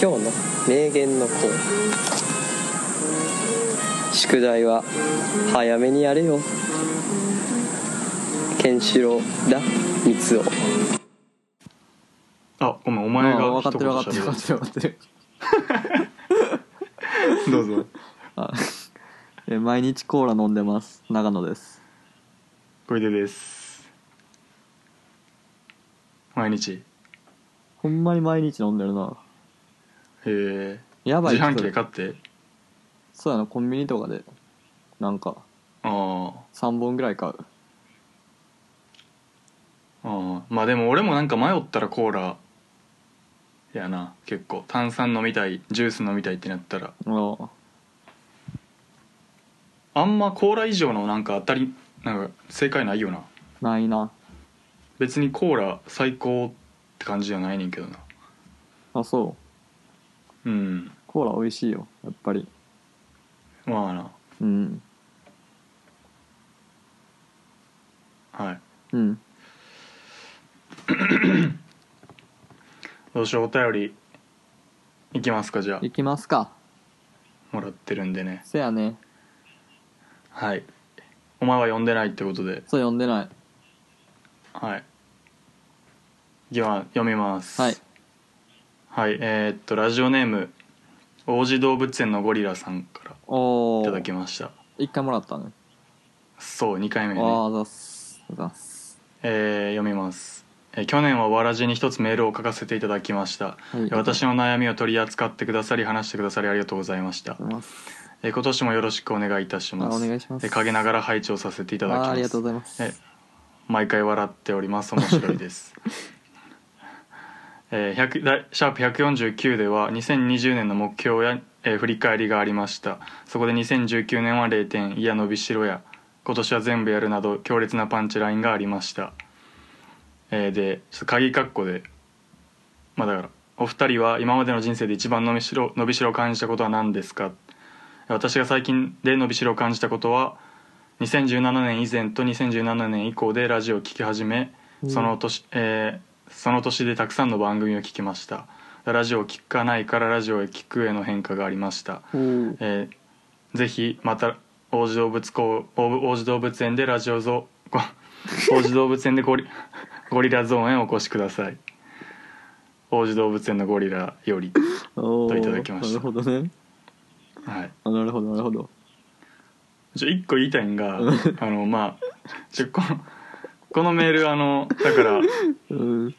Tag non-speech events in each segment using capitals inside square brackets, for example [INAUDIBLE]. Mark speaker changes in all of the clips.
Speaker 1: 今日の名言のコーナー宿題は早めにやれよケンシロウだ三つを
Speaker 2: あごめんお
Speaker 3: あ
Speaker 2: 前
Speaker 3: ー
Speaker 2: が
Speaker 3: 分かってる分かってる
Speaker 2: 喋
Speaker 3: 分かってる分かってる
Speaker 2: るどうぞ
Speaker 3: あえ毎日コーラ飲んでます長野です
Speaker 2: 小出です毎日へ
Speaker 3: ほんまに毎日飲んでるな
Speaker 2: え
Speaker 3: やばい
Speaker 2: 自
Speaker 3: 人
Speaker 2: 販機で買って
Speaker 3: そうやなコンビニとかでなんか
Speaker 2: ああ
Speaker 3: 3本ぐらい買う
Speaker 2: ああまあでも俺もなんか迷ったらコーラやな結構炭酸飲みたいジュース飲みたいってなったら
Speaker 3: あ
Speaker 2: あんまコーラ以上のなんか当たりなんか正解ないよな
Speaker 3: あないな
Speaker 2: 別にコーラ最高って感じじゃないねんけどな
Speaker 3: あそう
Speaker 2: うん
Speaker 3: コーラ美味しいよやっぱり
Speaker 2: まあな
Speaker 3: うん
Speaker 2: はい
Speaker 3: うん
Speaker 2: どうしようお便りいきますかじゃ
Speaker 3: 行きますか
Speaker 2: あもらってるんでね
Speaker 3: せやね
Speaker 2: はいお前は読んでないってことで
Speaker 3: そう読んでない
Speaker 2: はいでは読みます
Speaker 3: はい
Speaker 2: はいえーっとラジオネーム王子動物園のゴリラさんから
Speaker 3: おお
Speaker 2: いただきました
Speaker 3: 一回もらったね
Speaker 2: そう2回目
Speaker 3: あ
Speaker 2: ね
Speaker 3: あざっすあざっす
Speaker 2: えー読みます、えー去年はわらじに一つメールを書かせていただきました、
Speaker 3: はい
Speaker 2: 私の悩みを取り扱ってくださり話してくださりありがとうございました、
Speaker 3: ありがとうございます
Speaker 2: えー今年もよろしくお願いいたし
Speaker 3: あ
Speaker 2: ます
Speaker 3: お願いします
Speaker 2: えー陰ながら拝聴させていただきま
Speaker 3: あ
Speaker 2: す
Speaker 3: ーありがとうございます
Speaker 2: え毎回笑っております面白いです [LAUGHS] えー100だシャープ149では2020年の目標や、えー振り返りがありましたそこで2019年は0点いや伸びしろや今年は全部やるなど強烈なパンチラインがありました、えーでちょっと鍵括弧でまあだからお二人は今までの人生で一番伸びしろ伸びしろを感じたことは何ですか私が最近で伸びしろを感じたことは2017年以前と2017年以降でラジオを聴き始め
Speaker 3: うん
Speaker 2: その年,、えーその年でたくさんの番組を聞きましたラジオを聴かないからラジオへ聴くへの変化がありました、
Speaker 3: おー
Speaker 2: えーぜひまた王子動物公王子動物園でラジオゾ
Speaker 3: [LAUGHS]
Speaker 2: ご王子動物園でゴリゴリラゾーンへお越しください王子動物園のゴリラより、
Speaker 3: おー
Speaker 2: いただきました
Speaker 3: なるほどね
Speaker 2: はい、
Speaker 3: あなるほどなるほど
Speaker 2: ちょ一個言いたいんがあのまあちょこのこのメールあのだから
Speaker 3: うん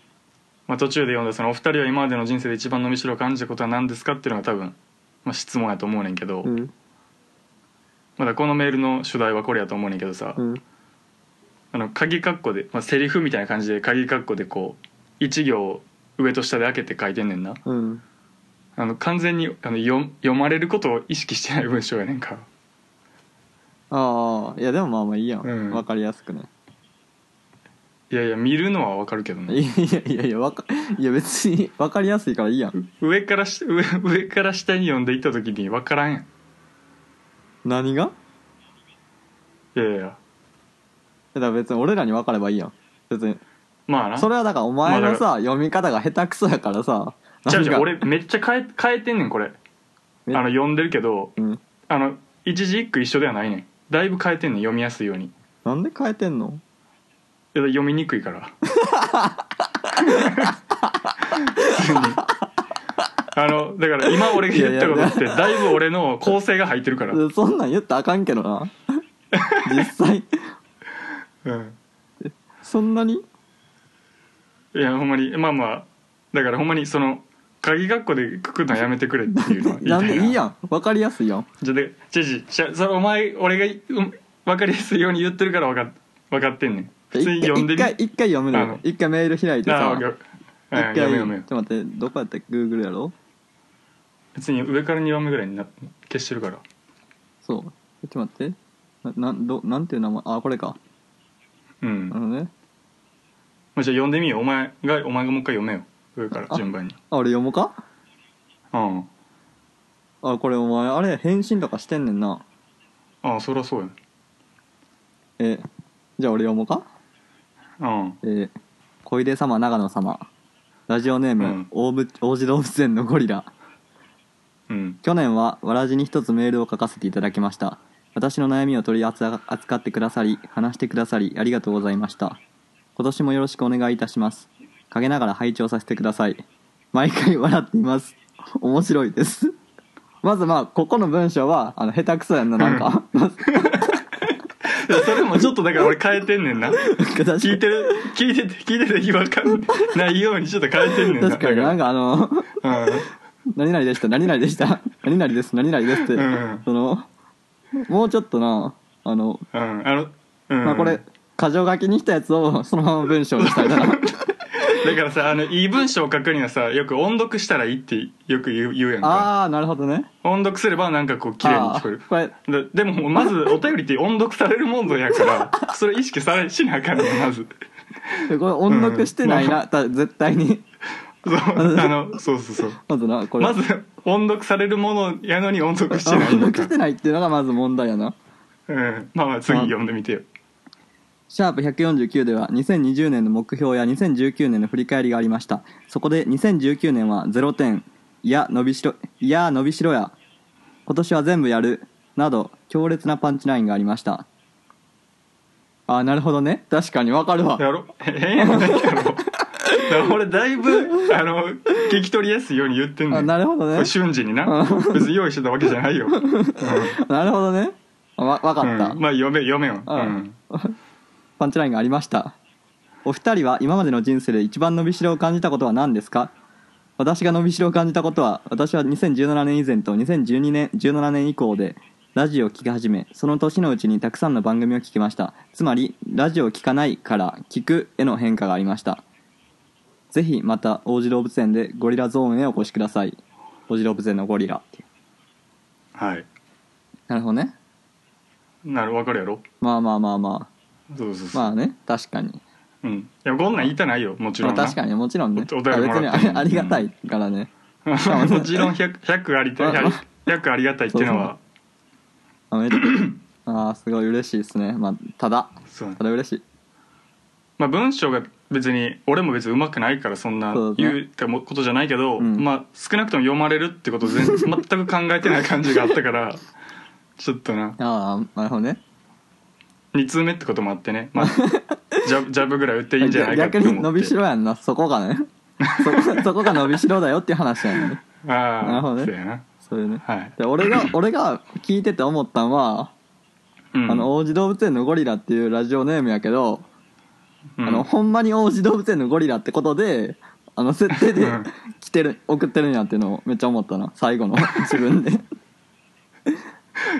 Speaker 2: まあ、途中で読んだそのお二人は今までの人生で一番伸びしろを感じたことは何ですかっていうのが多分、まあ、質問やと思うねんけど、
Speaker 3: うん
Speaker 2: まだこのメールの主題はこれやと思うねんけどさ、
Speaker 3: うん
Speaker 2: あの鍵括弧で、まあ、セリフみたいな感じで鍵括弧でこう一行上と下で開けて書いてんねんな
Speaker 3: うん
Speaker 2: あの完全にあの読読まれることを意識してない文章やねんから
Speaker 3: ああいやでもまあまあいいやん、
Speaker 2: うん
Speaker 3: わかりやすくね
Speaker 2: いやいや見るのはわかるけど
Speaker 3: い
Speaker 2: ね
Speaker 3: やいやいやわかいや別にわかりやすいからいいやん
Speaker 2: 上からし上上から下に読んでいった時にわからんやん
Speaker 3: 何が
Speaker 2: いやいや
Speaker 3: だから別に俺らに分かればいいやん別に
Speaker 2: まあな
Speaker 3: それはだからお前
Speaker 2: まあ
Speaker 3: の
Speaker 2: だか
Speaker 3: さ読み方が下手くそやからさ
Speaker 2: ちゃうち
Speaker 3: なんか
Speaker 2: ゃう俺めっちゃ変え変えてんねんこれあ
Speaker 3: め
Speaker 2: の読んでるけど
Speaker 3: うん
Speaker 2: あの一字一句一緒ではないねんだいぶ変えてんねん読みやすいようにい
Speaker 3: なんで変えてんの
Speaker 2: や読みにくいから [LAUGHS] 普通にあのだから今俺が言ったことってだいぶ俺の構成が入ってるから、
Speaker 3: [LAUGHS] そんなん言ったらあかんけど
Speaker 2: [LAUGHS]
Speaker 3: な実際
Speaker 2: うん、
Speaker 3: そんなに
Speaker 2: いやほんまにまあまあだからほんまにその鍵学校でくくのやめてくれっていうのは言い
Speaker 3: な
Speaker 2: た
Speaker 3: ん
Speaker 2: い
Speaker 3: で
Speaker 2: ない
Speaker 3: いやん分かりやすいやん
Speaker 2: じゃでじゃじじゃそれお前俺がうん分かりやすいように言ってるから分か分かってんねん普
Speaker 3: 一
Speaker 2: 通
Speaker 3: 回
Speaker 2: に読んで
Speaker 3: 一
Speaker 2: み
Speaker 3: 回一回読むの
Speaker 2: あ
Speaker 3: よ
Speaker 2: の
Speaker 3: 一回メール開いて
Speaker 2: あ
Speaker 3: さ
Speaker 2: あ
Speaker 3: 一
Speaker 2: うん
Speaker 3: 回
Speaker 2: 読め
Speaker 3: ちょ
Speaker 2: 読め読
Speaker 3: っと待ってどこやったっけ Google やろ
Speaker 2: 別に上から2番目ぐらいにな消してるから
Speaker 3: そうちょっと待ってななんどなんていう名前あこれか
Speaker 2: うん、
Speaker 3: な
Speaker 2: ま
Speaker 3: るほどね
Speaker 2: あじゃあ読んでみようお前がお前がもう一回読めよ上から順番に
Speaker 3: あ俺読もうか
Speaker 2: うん
Speaker 3: あこれお前あれ返信とかしてんねんな
Speaker 2: ああそりゃそうや
Speaker 3: えじゃあ俺読もうか
Speaker 2: うん
Speaker 3: えー小出様長野様ラジオネーム、
Speaker 2: うん
Speaker 3: 大ぶ王子動物園のゴリラ [LAUGHS]
Speaker 2: うん
Speaker 3: 去年はわらじに一つメールを書かせていただきました私の悩みを取り扱扱ってくださり話してくださりありがとうございました今年もよろしくお願いいたします陰ながら拝聴させてください毎回笑っています面白いですまずまあここの文章はあの下手くそやんななん
Speaker 2: [LAUGHS]
Speaker 3: か
Speaker 2: いやそれもちょっとだから俺変えてんねんな聞いてる聞いてて聞いてて違和感ないようにちょっと変えてんねんな
Speaker 3: 確かになん
Speaker 2: か
Speaker 3: かあの
Speaker 2: らうん
Speaker 3: 何々でした何々でした何々です何々ですって、
Speaker 2: うん
Speaker 3: そのもうちょっとなあの、
Speaker 2: うんあのうん
Speaker 3: まあこれ箇条書きにしたやつをそのまま文章にした
Speaker 2: [LAUGHS]
Speaker 3: いな
Speaker 2: だからさあのいい文章を書くにはさよく音読したらいいってよく言う言うやんか
Speaker 3: ああなるほどね
Speaker 2: 音読すればなんかこう綺麗に聞こえる
Speaker 3: あーこ
Speaker 2: だでもま
Speaker 3: [LAUGHS]
Speaker 2: ずお便りって音読されるもんぞやからそれ意識されしなあかんねんまず
Speaker 3: れこれ音読してないな、た絶対に
Speaker 2: そうあのそうそうそう
Speaker 3: まずなこれ
Speaker 2: まず音読されるものやのに音読し
Speaker 3: あ
Speaker 2: てない
Speaker 3: 音
Speaker 2: の
Speaker 3: 読
Speaker 2: か
Speaker 3: してないっていうのがまず問題やな
Speaker 2: うんまあまあ次読んでみてよ
Speaker 3: シャープ149では2020年の目標や2019年の振り返りがありましたそこで2019年は0点いや伸びしろいや伸びしろや今年は全部やるなど強烈なパンチラインがありましたあーなるほどね確かにわかるわ
Speaker 2: やろへ [LAUGHS] 変やないやろだから俺だいぶあの聞き取りやすいように言ってんの
Speaker 3: あなるほど
Speaker 2: こ
Speaker 3: ね
Speaker 2: れ瞬時にな別に用意してたわけじゃないよ、うん
Speaker 3: [LAUGHS] なるほどねあわわかった、
Speaker 2: うんまあ読め読めよ、
Speaker 3: う
Speaker 2: うんん、
Speaker 3: パンチラインがありましたお二人は今までの人生で一番伸びしろを感じたことは何ですか私が伸びしろを感じたことは私は2017年以前と2012年17年以降でラジオを聴き始めその年のうちにたくさんの番組を聴きましたつまりラジオを聴かないから聴くへの変化がありましたぜひまた王子動物園でゴリラゾーンへお越しください王子動物園のゴリラっていう
Speaker 2: はい
Speaker 3: なるほどね
Speaker 2: なるわかるやろ
Speaker 3: まあまあまあま
Speaker 2: そうそう
Speaker 3: あ
Speaker 2: そう、
Speaker 3: まあね確かに
Speaker 2: うんいやこんなん言いたないよもちろん
Speaker 3: ま
Speaker 2: な
Speaker 3: あ、確かにもちろんね
Speaker 2: おお便りもらって
Speaker 3: いや別にあれあり [LAUGHS] がたいからね、
Speaker 2: [LAUGHS] もちろん 100, 100ありたい
Speaker 3: あ
Speaker 2: やり100ありがたいっていうのは
Speaker 3: あめあ
Speaker 2: [CLEARS THROAT]
Speaker 3: ーすごい嬉しいですねまあただ
Speaker 2: そう
Speaker 3: ただ嬉しい
Speaker 2: まあ文章が別に俺も別に上手くないからそんな
Speaker 3: そうですね
Speaker 2: 言うってことじゃないけど、
Speaker 3: うん
Speaker 2: まあ少なくとも読まれるってこと全 [LAUGHS] 全く考えてない感じがあったからちょっとな
Speaker 3: ああなるほどね
Speaker 2: 2通目ってこともあってね、まあ、ジ
Speaker 3: [LAUGHS]
Speaker 2: ャブジャブぐらい打っていいんじゃないかって
Speaker 3: 逆
Speaker 2: 思って
Speaker 3: に伸びしろやんなそこがねそこ [LAUGHS] そこが伸びしろだよっていう話やんね
Speaker 2: ああ
Speaker 3: なるほどね
Speaker 2: そうやな
Speaker 3: そういうね
Speaker 2: はい、
Speaker 3: で俺が俺が聞いてて思ったんは、
Speaker 2: うん
Speaker 3: あの王子動物園のゴリラっていうラジオネームやけど、
Speaker 2: うん
Speaker 3: あのほんまに王子動物園のゴリラってことであの設定で
Speaker 2: うん
Speaker 3: 来てる送ってるんやっていうのをめっちゃ思ったな最後の自分で
Speaker 2: いや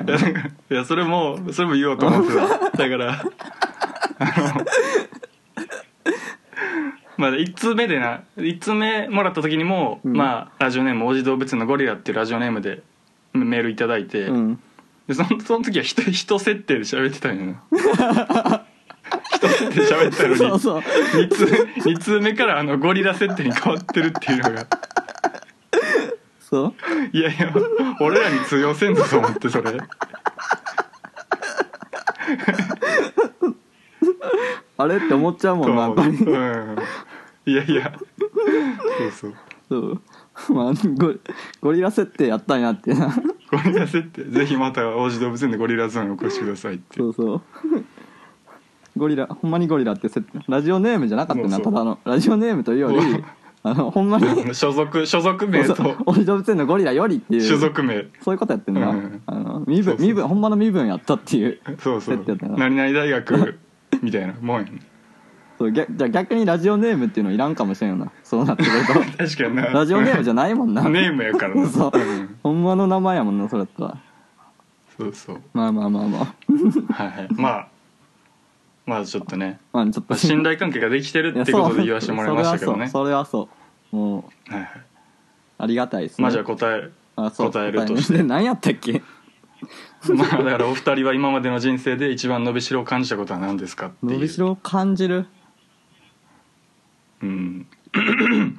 Speaker 2: なんか [LAUGHS] いやそれもそれも言おうと
Speaker 3: [LAUGHS]
Speaker 2: 思ってただからあのまあ1通目でな1通目もらった時にも、
Speaker 3: うん
Speaker 2: まあラジオネーム「王子動物園のゴリラ」っていうラジオネームでメールいただいて、
Speaker 3: うん
Speaker 2: でそのその時は人人設定で喋ってたんやな [LAUGHS] 人設定で喋ってたのに
Speaker 3: そうそう
Speaker 2: 2通二通目からあのゴリラ設定に変わってるっていうのが
Speaker 3: そう
Speaker 2: いやいや俺らに通用せんぞと思ってそれ。
Speaker 3: あれって思っちゃうもんなやっぱり
Speaker 2: うん、いやいやそうそう
Speaker 3: そうまあゴリゴリラ設定やったんやってな
Speaker 2: ゴリラ設定ぜひまた王子動物園でゴリラゾーンにお越しくださいって
Speaker 3: そうそうゴリラほんまにゴリラって設定ラジオネームじゃなかったな
Speaker 2: そうそ
Speaker 3: た
Speaker 2: う
Speaker 3: だのラジオネームというより
Speaker 2: うん
Speaker 3: あのほんまに
Speaker 2: 所属所属名
Speaker 3: そう
Speaker 2: と
Speaker 3: おじ動物園のゴリラよりっていう
Speaker 2: 所属名
Speaker 3: そういうことやってんな、
Speaker 2: うん
Speaker 3: あの身分
Speaker 2: そうそう
Speaker 3: 身分ほんまの身分やったっていう
Speaker 2: そうそ
Speaker 3: 設
Speaker 2: う
Speaker 3: 定やったな
Speaker 2: 何々大学みたいなもんやん
Speaker 3: そう逆じゃあ逆にラジオネームっていうのいらんかもしれんよなそうなってくると
Speaker 2: 確かに [LAUGHS] な
Speaker 3: ラジオネームじゃないもんな
Speaker 2: ネームやからな
Speaker 3: そう
Speaker 2: うん
Speaker 3: ほんまの名前やもんなそれやったら
Speaker 2: そうそう
Speaker 3: まあまあまあまあ
Speaker 2: はいはいまあまあちょっとね、
Speaker 3: まあちょっ
Speaker 2: ま
Speaker 3: と
Speaker 2: あ、信頼関係ができて [LAUGHS] るってことで言わせてもらいましたけどね
Speaker 3: それはそうそれはそうもう
Speaker 2: はいはい
Speaker 3: ありがたいですね
Speaker 2: まあじゃあ答え
Speaker 3: あそう
Speaker 2: 答えるとし
Speaker 3: 答
Speaker 2: て
Speaker 3: えねで何やったっけ
Speaker 2: [LAUGHS] まあだからお二人は今までの人生で一番伸びしろを感じたことは何ですかっていう
Speaker 3: 伸びしろを感じる
Speaker 2: うん
Speaker 3: 伸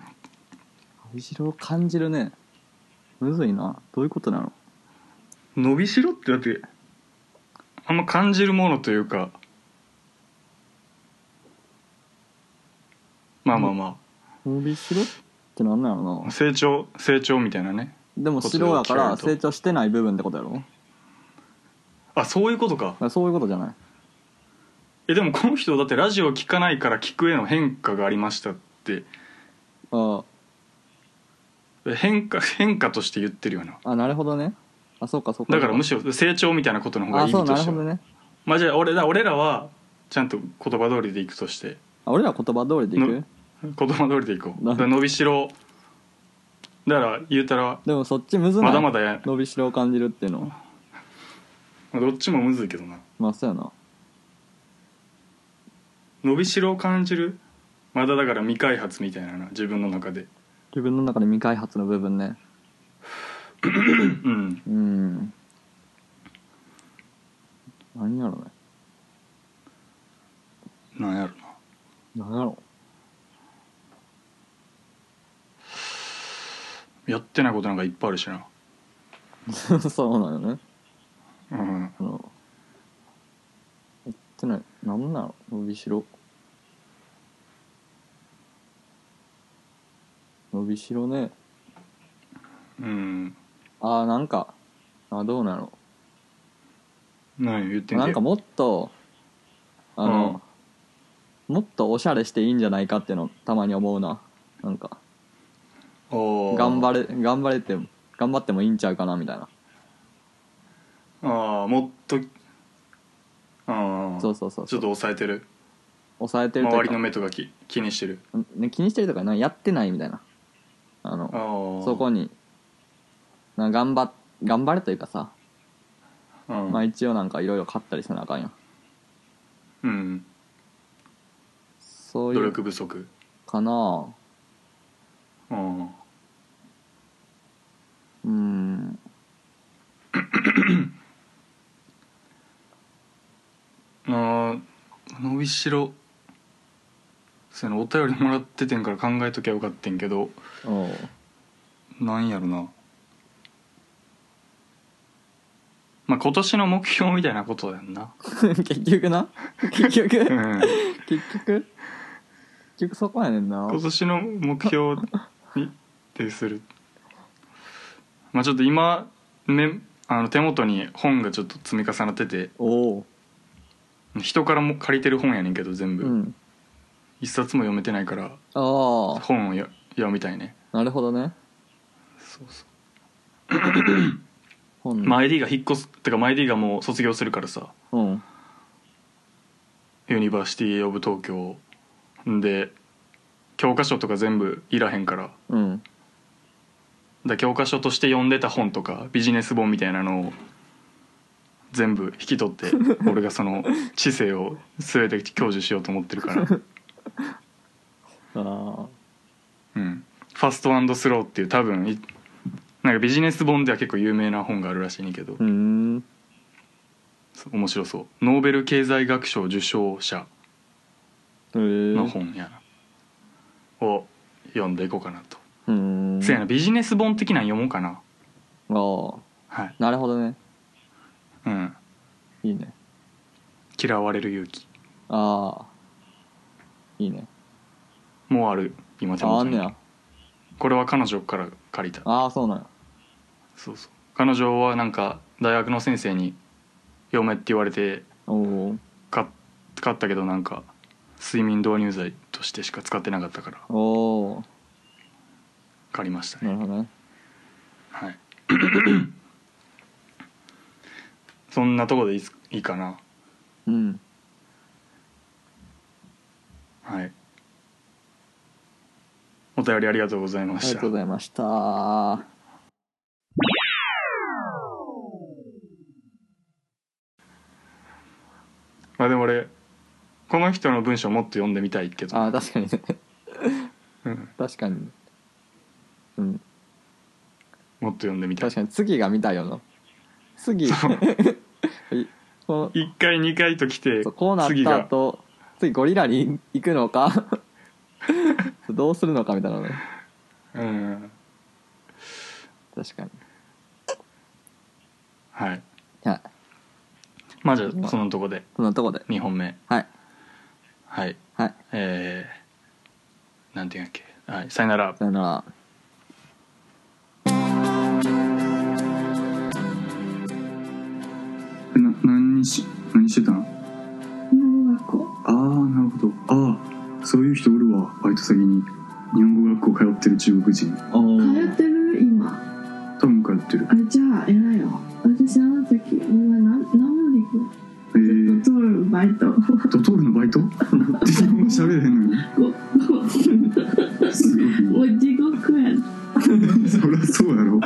Speaker 3: びしろを感じるねむずいなどういうことなの
Speaker 2: 伸びしろってだってあんま感じるものというかまあまあま
Speaker 3: 伸びしろってなんなの
Speaker 2: あ
Speaker 3: な
Speaker 2: 成長成長みたいなね
Speaker 3: でも白だか
Speaker 2: こっ
Speaker 3: ら
Speaker 2: ちが嫌い
Speaker 3: 成
Speaker 2: と
Speaker 3: 長してない部分ってことやろだか
Speaker 2: あそういうことから
Speaker 3: そういうことじゃない
Speaker 2: えでもこの人だってラジオ聞かないから聞くへの変化がありましたって
Speaker 3: あ
Speaker 2: え変化変化として言ってるよな
Speaker 3: あなるほどねあそうかそうか
Speaker 2: だからむし
Speaker 3: ろ
Speaker 2: ろ成長みたいなことの方が
Speaker 3: あ
Speaker 2: いい
Speaker 3: そう
Speaker 2: と
Speaker 3: なる
Speaker 2: して
Speaker 3: ほ
Speaker 2: は、
Speaker 3: どね
Speaker 2: まあじゃあ俺ら俺らはちゃんと言葉通りでいくとして
Speaker 3: あ俺ら言葉通りでいく
Speaker 2: の
Speaker 3: [LAUGHS]
Speaker 2: 言葉通りでいこう
Speaker 3: な
Speaker 2: だから伸びしろだから言うたら
Speaker 3: でもそっちむずない
Speaker 2: まだまだや
Speaker 3: 伸びしろを感じるっていうの
Speaker 2: どっちもむずいけどな
Speaker 3: まあそうやな
Speaker 2: 伸びしろを感じるまだだから未開発みたいなな自分の中で
Speaker 3: 自分の中で未開発の部分ね
Speaker 2: うん
Speaker 3: うん何やろね
Speaker 2: なんやろな
Speaker 3: 何やろ
Speaker 2: やってないことなんかいっぱいあるしな
Speaker 3: [LAUGHS] そうなのね
Speaker 2: うん
Speaker 3: あの言ってない何なの伸びしろ伸びしろね
Speaker 2: うん
Speaker 3: あーなんかあどうなの
Speaker 2: 何言ってんけ
Speaker 3: なんかもっとあの、もっとおしゃれしていいんじゃないかってのたまに思うななんか
Speaker 2: おー
Speaker 3: 頑張れ頑張れて頑張ってもいいんちゃうかなみたいな
Speaker 2: ああもっとああ
Speaker 3: そうそうそう
Speaker 2: ちょっと抑えてる
Speaker 3: 抑えてると
Speaker 2: 周
Speaker 3: いう
Speaker 2: りの
Speaker 3: か、
Speaker 2: 目とかき気にしてる
Speaker 3: ね、気にしてるとかなやってないみたいなあの
Speaker 2: ああ
Speaker 3: そこにな頑張っ頑張れというかさ、
Speaker 2: うん、
Speaker 3: まあ、一応なんかいろいろ買ったりせなあかんやん
Speaker 2: うん、
Speaker 3: そう
Speaker 2: 努
Speaker 3: いう
Speaker 2: 力不足
Speaker 3: かな
Speaker 2: うん
Speaker 3: うん
Speaker 2: あー伸びしろそうやなお便りもらっててんから考えときゃよかってんけど
Speaker 3: おう
Speaker 2: なんやろなまあ今年の目標みたいなことやんな
Speaker 3: [LAUGHS] 結局な結局
Speaker 2: うん
Speaker 3: 結局結局そこやねんな
Speaker 2: 今年の目標にってするまあちょっと今めあの手元に本がちょっと積み重なってて
Speaker 3: おお
Speaker 2: 人からも借りてる本やねんけど全
Speaker 3: う
Speaker 2: 部、
Speaker 3: うん
Speaker 2: 一冊も読めてないから
Speaker 3: ああ
Speaker 2: 本をよ読みたいね
Speaker 3: なるほどね
Speaker 2: そうそう
Speaker 3: 本
Speaker 2: まあ ID が引っ越すてかまあ ID がもう卒業するからさ
Speaker 3: うん
Speaker 2: ユニバーシティ・オブ・東京で教科書とか全部いらへんから
Speaker 3: うん
Speaker 2: だ教科書として読んでた本とかビジネス本みたいなのを全部引き取って俺がその知性を全て享受しようと思ってるから、
Speaker 3: あ
Speaker 2: うん、ファストスローっていう多分いなんかビジネス本では結構有名な本があるらしいねんけど
Speaker 3: ーう、ん
Speaker 2: 面白そうノーベル経済学賞受賞者
Speaker 3: へえ
Speaker 2: の本やな、を読んでいこうかなと、
Speaker 3: うん
Speaker 2: せやなビジネス本的なん読もうかな
Speaker 3: ああ
Speaker 2: はい、
Speaker 3: なるほどね
Speaker 2: うん、
Speaker 3: いいね
Speaker 2: 嫌われる勇気
Speaker 3: ああいいね
Speaker 2: もうある今手
Speaker 3: ああ
Speaker 2: 元
Speaker 3: んね
Speaker 2: に
Speaker 3: や
Speaker 2: これは彼女から借りた
Speaker 3: ああそうなんや
Speaker 2: そうそう彼女はなんか大学の先生に読めって言われて
Speaker 3: おお
Speaker 2: 買っ買ったけどなんか睡眠導入剤としてしか使ってなかったから
Speaker 3: おお
Speaker 2: 借りました
Speaker 3: なる
Speaker 2: ね
Speaker 3: ほどね
Speaker 2: はい [CLEARS THROAT] そんなとこでいいっすいいかな
Speaker 3: うん
Speaker 2: はいお便りありがとうございま
Speaker 3: あり
Speaker 2: し
Speaker 3: が
Speaker 2: た
Speaker 3: とうございましたは
Speaker 2: まあでも俺この人の文章もっと読んでみたいけど
Speaker 3: ああ確かにね [LAUGHS]
Speaker 2: うん
Speaker 3: 確かにうん
Speaker 2: もっと読んでみたい
Speaker 3: 確かに次が見たいよな次い [LAUGHS] こ
Speaker 2: 1回2回と来て
Speaker 3: うそうこうなっ
Speaker 2: 次
Speaker 3: た
Speaker 2: が
Speaker 3: 後次ゴリラに行くのか [LAUGHS] どうするのかみたいなね
Speaker 2: うん
Speaker 3: 確かに
Speaker 2: はい
Speaker 3: はい
Speaker 2: まあじゃあそのとこで
Speaker 3: そんなとこで
Speaker 2: 2本目
Speaker 3: はい
Speaker 2: はい
Speaker 3: はい
Speaker 2: えー、なんていうんだっけはいさよなら
Speaker 3: さよなら
Speaker 4: 「
Speaker 2: えな何し何してたの
Speaker 4: 女の子
Speaker 2: ああなるほどああそういう人おるわバイト先に日本語学校通ってる中国人
Speaker 3: あー
Speaker 4: 通ってる今
Speaker 2: 多分通ってる
Speaker 4: あじゃあ偉いわ私あの時お前なん何もできない
Speaker 2: えー、
Speaker 4: ずっと通るバイト
Speaker 2: ドトールのバイト [LAUGHS] 日本語喋れへんのにすごい [LAUGHS]
Speaker 4: お地獄や
Speaker 2: そりゃそうやろ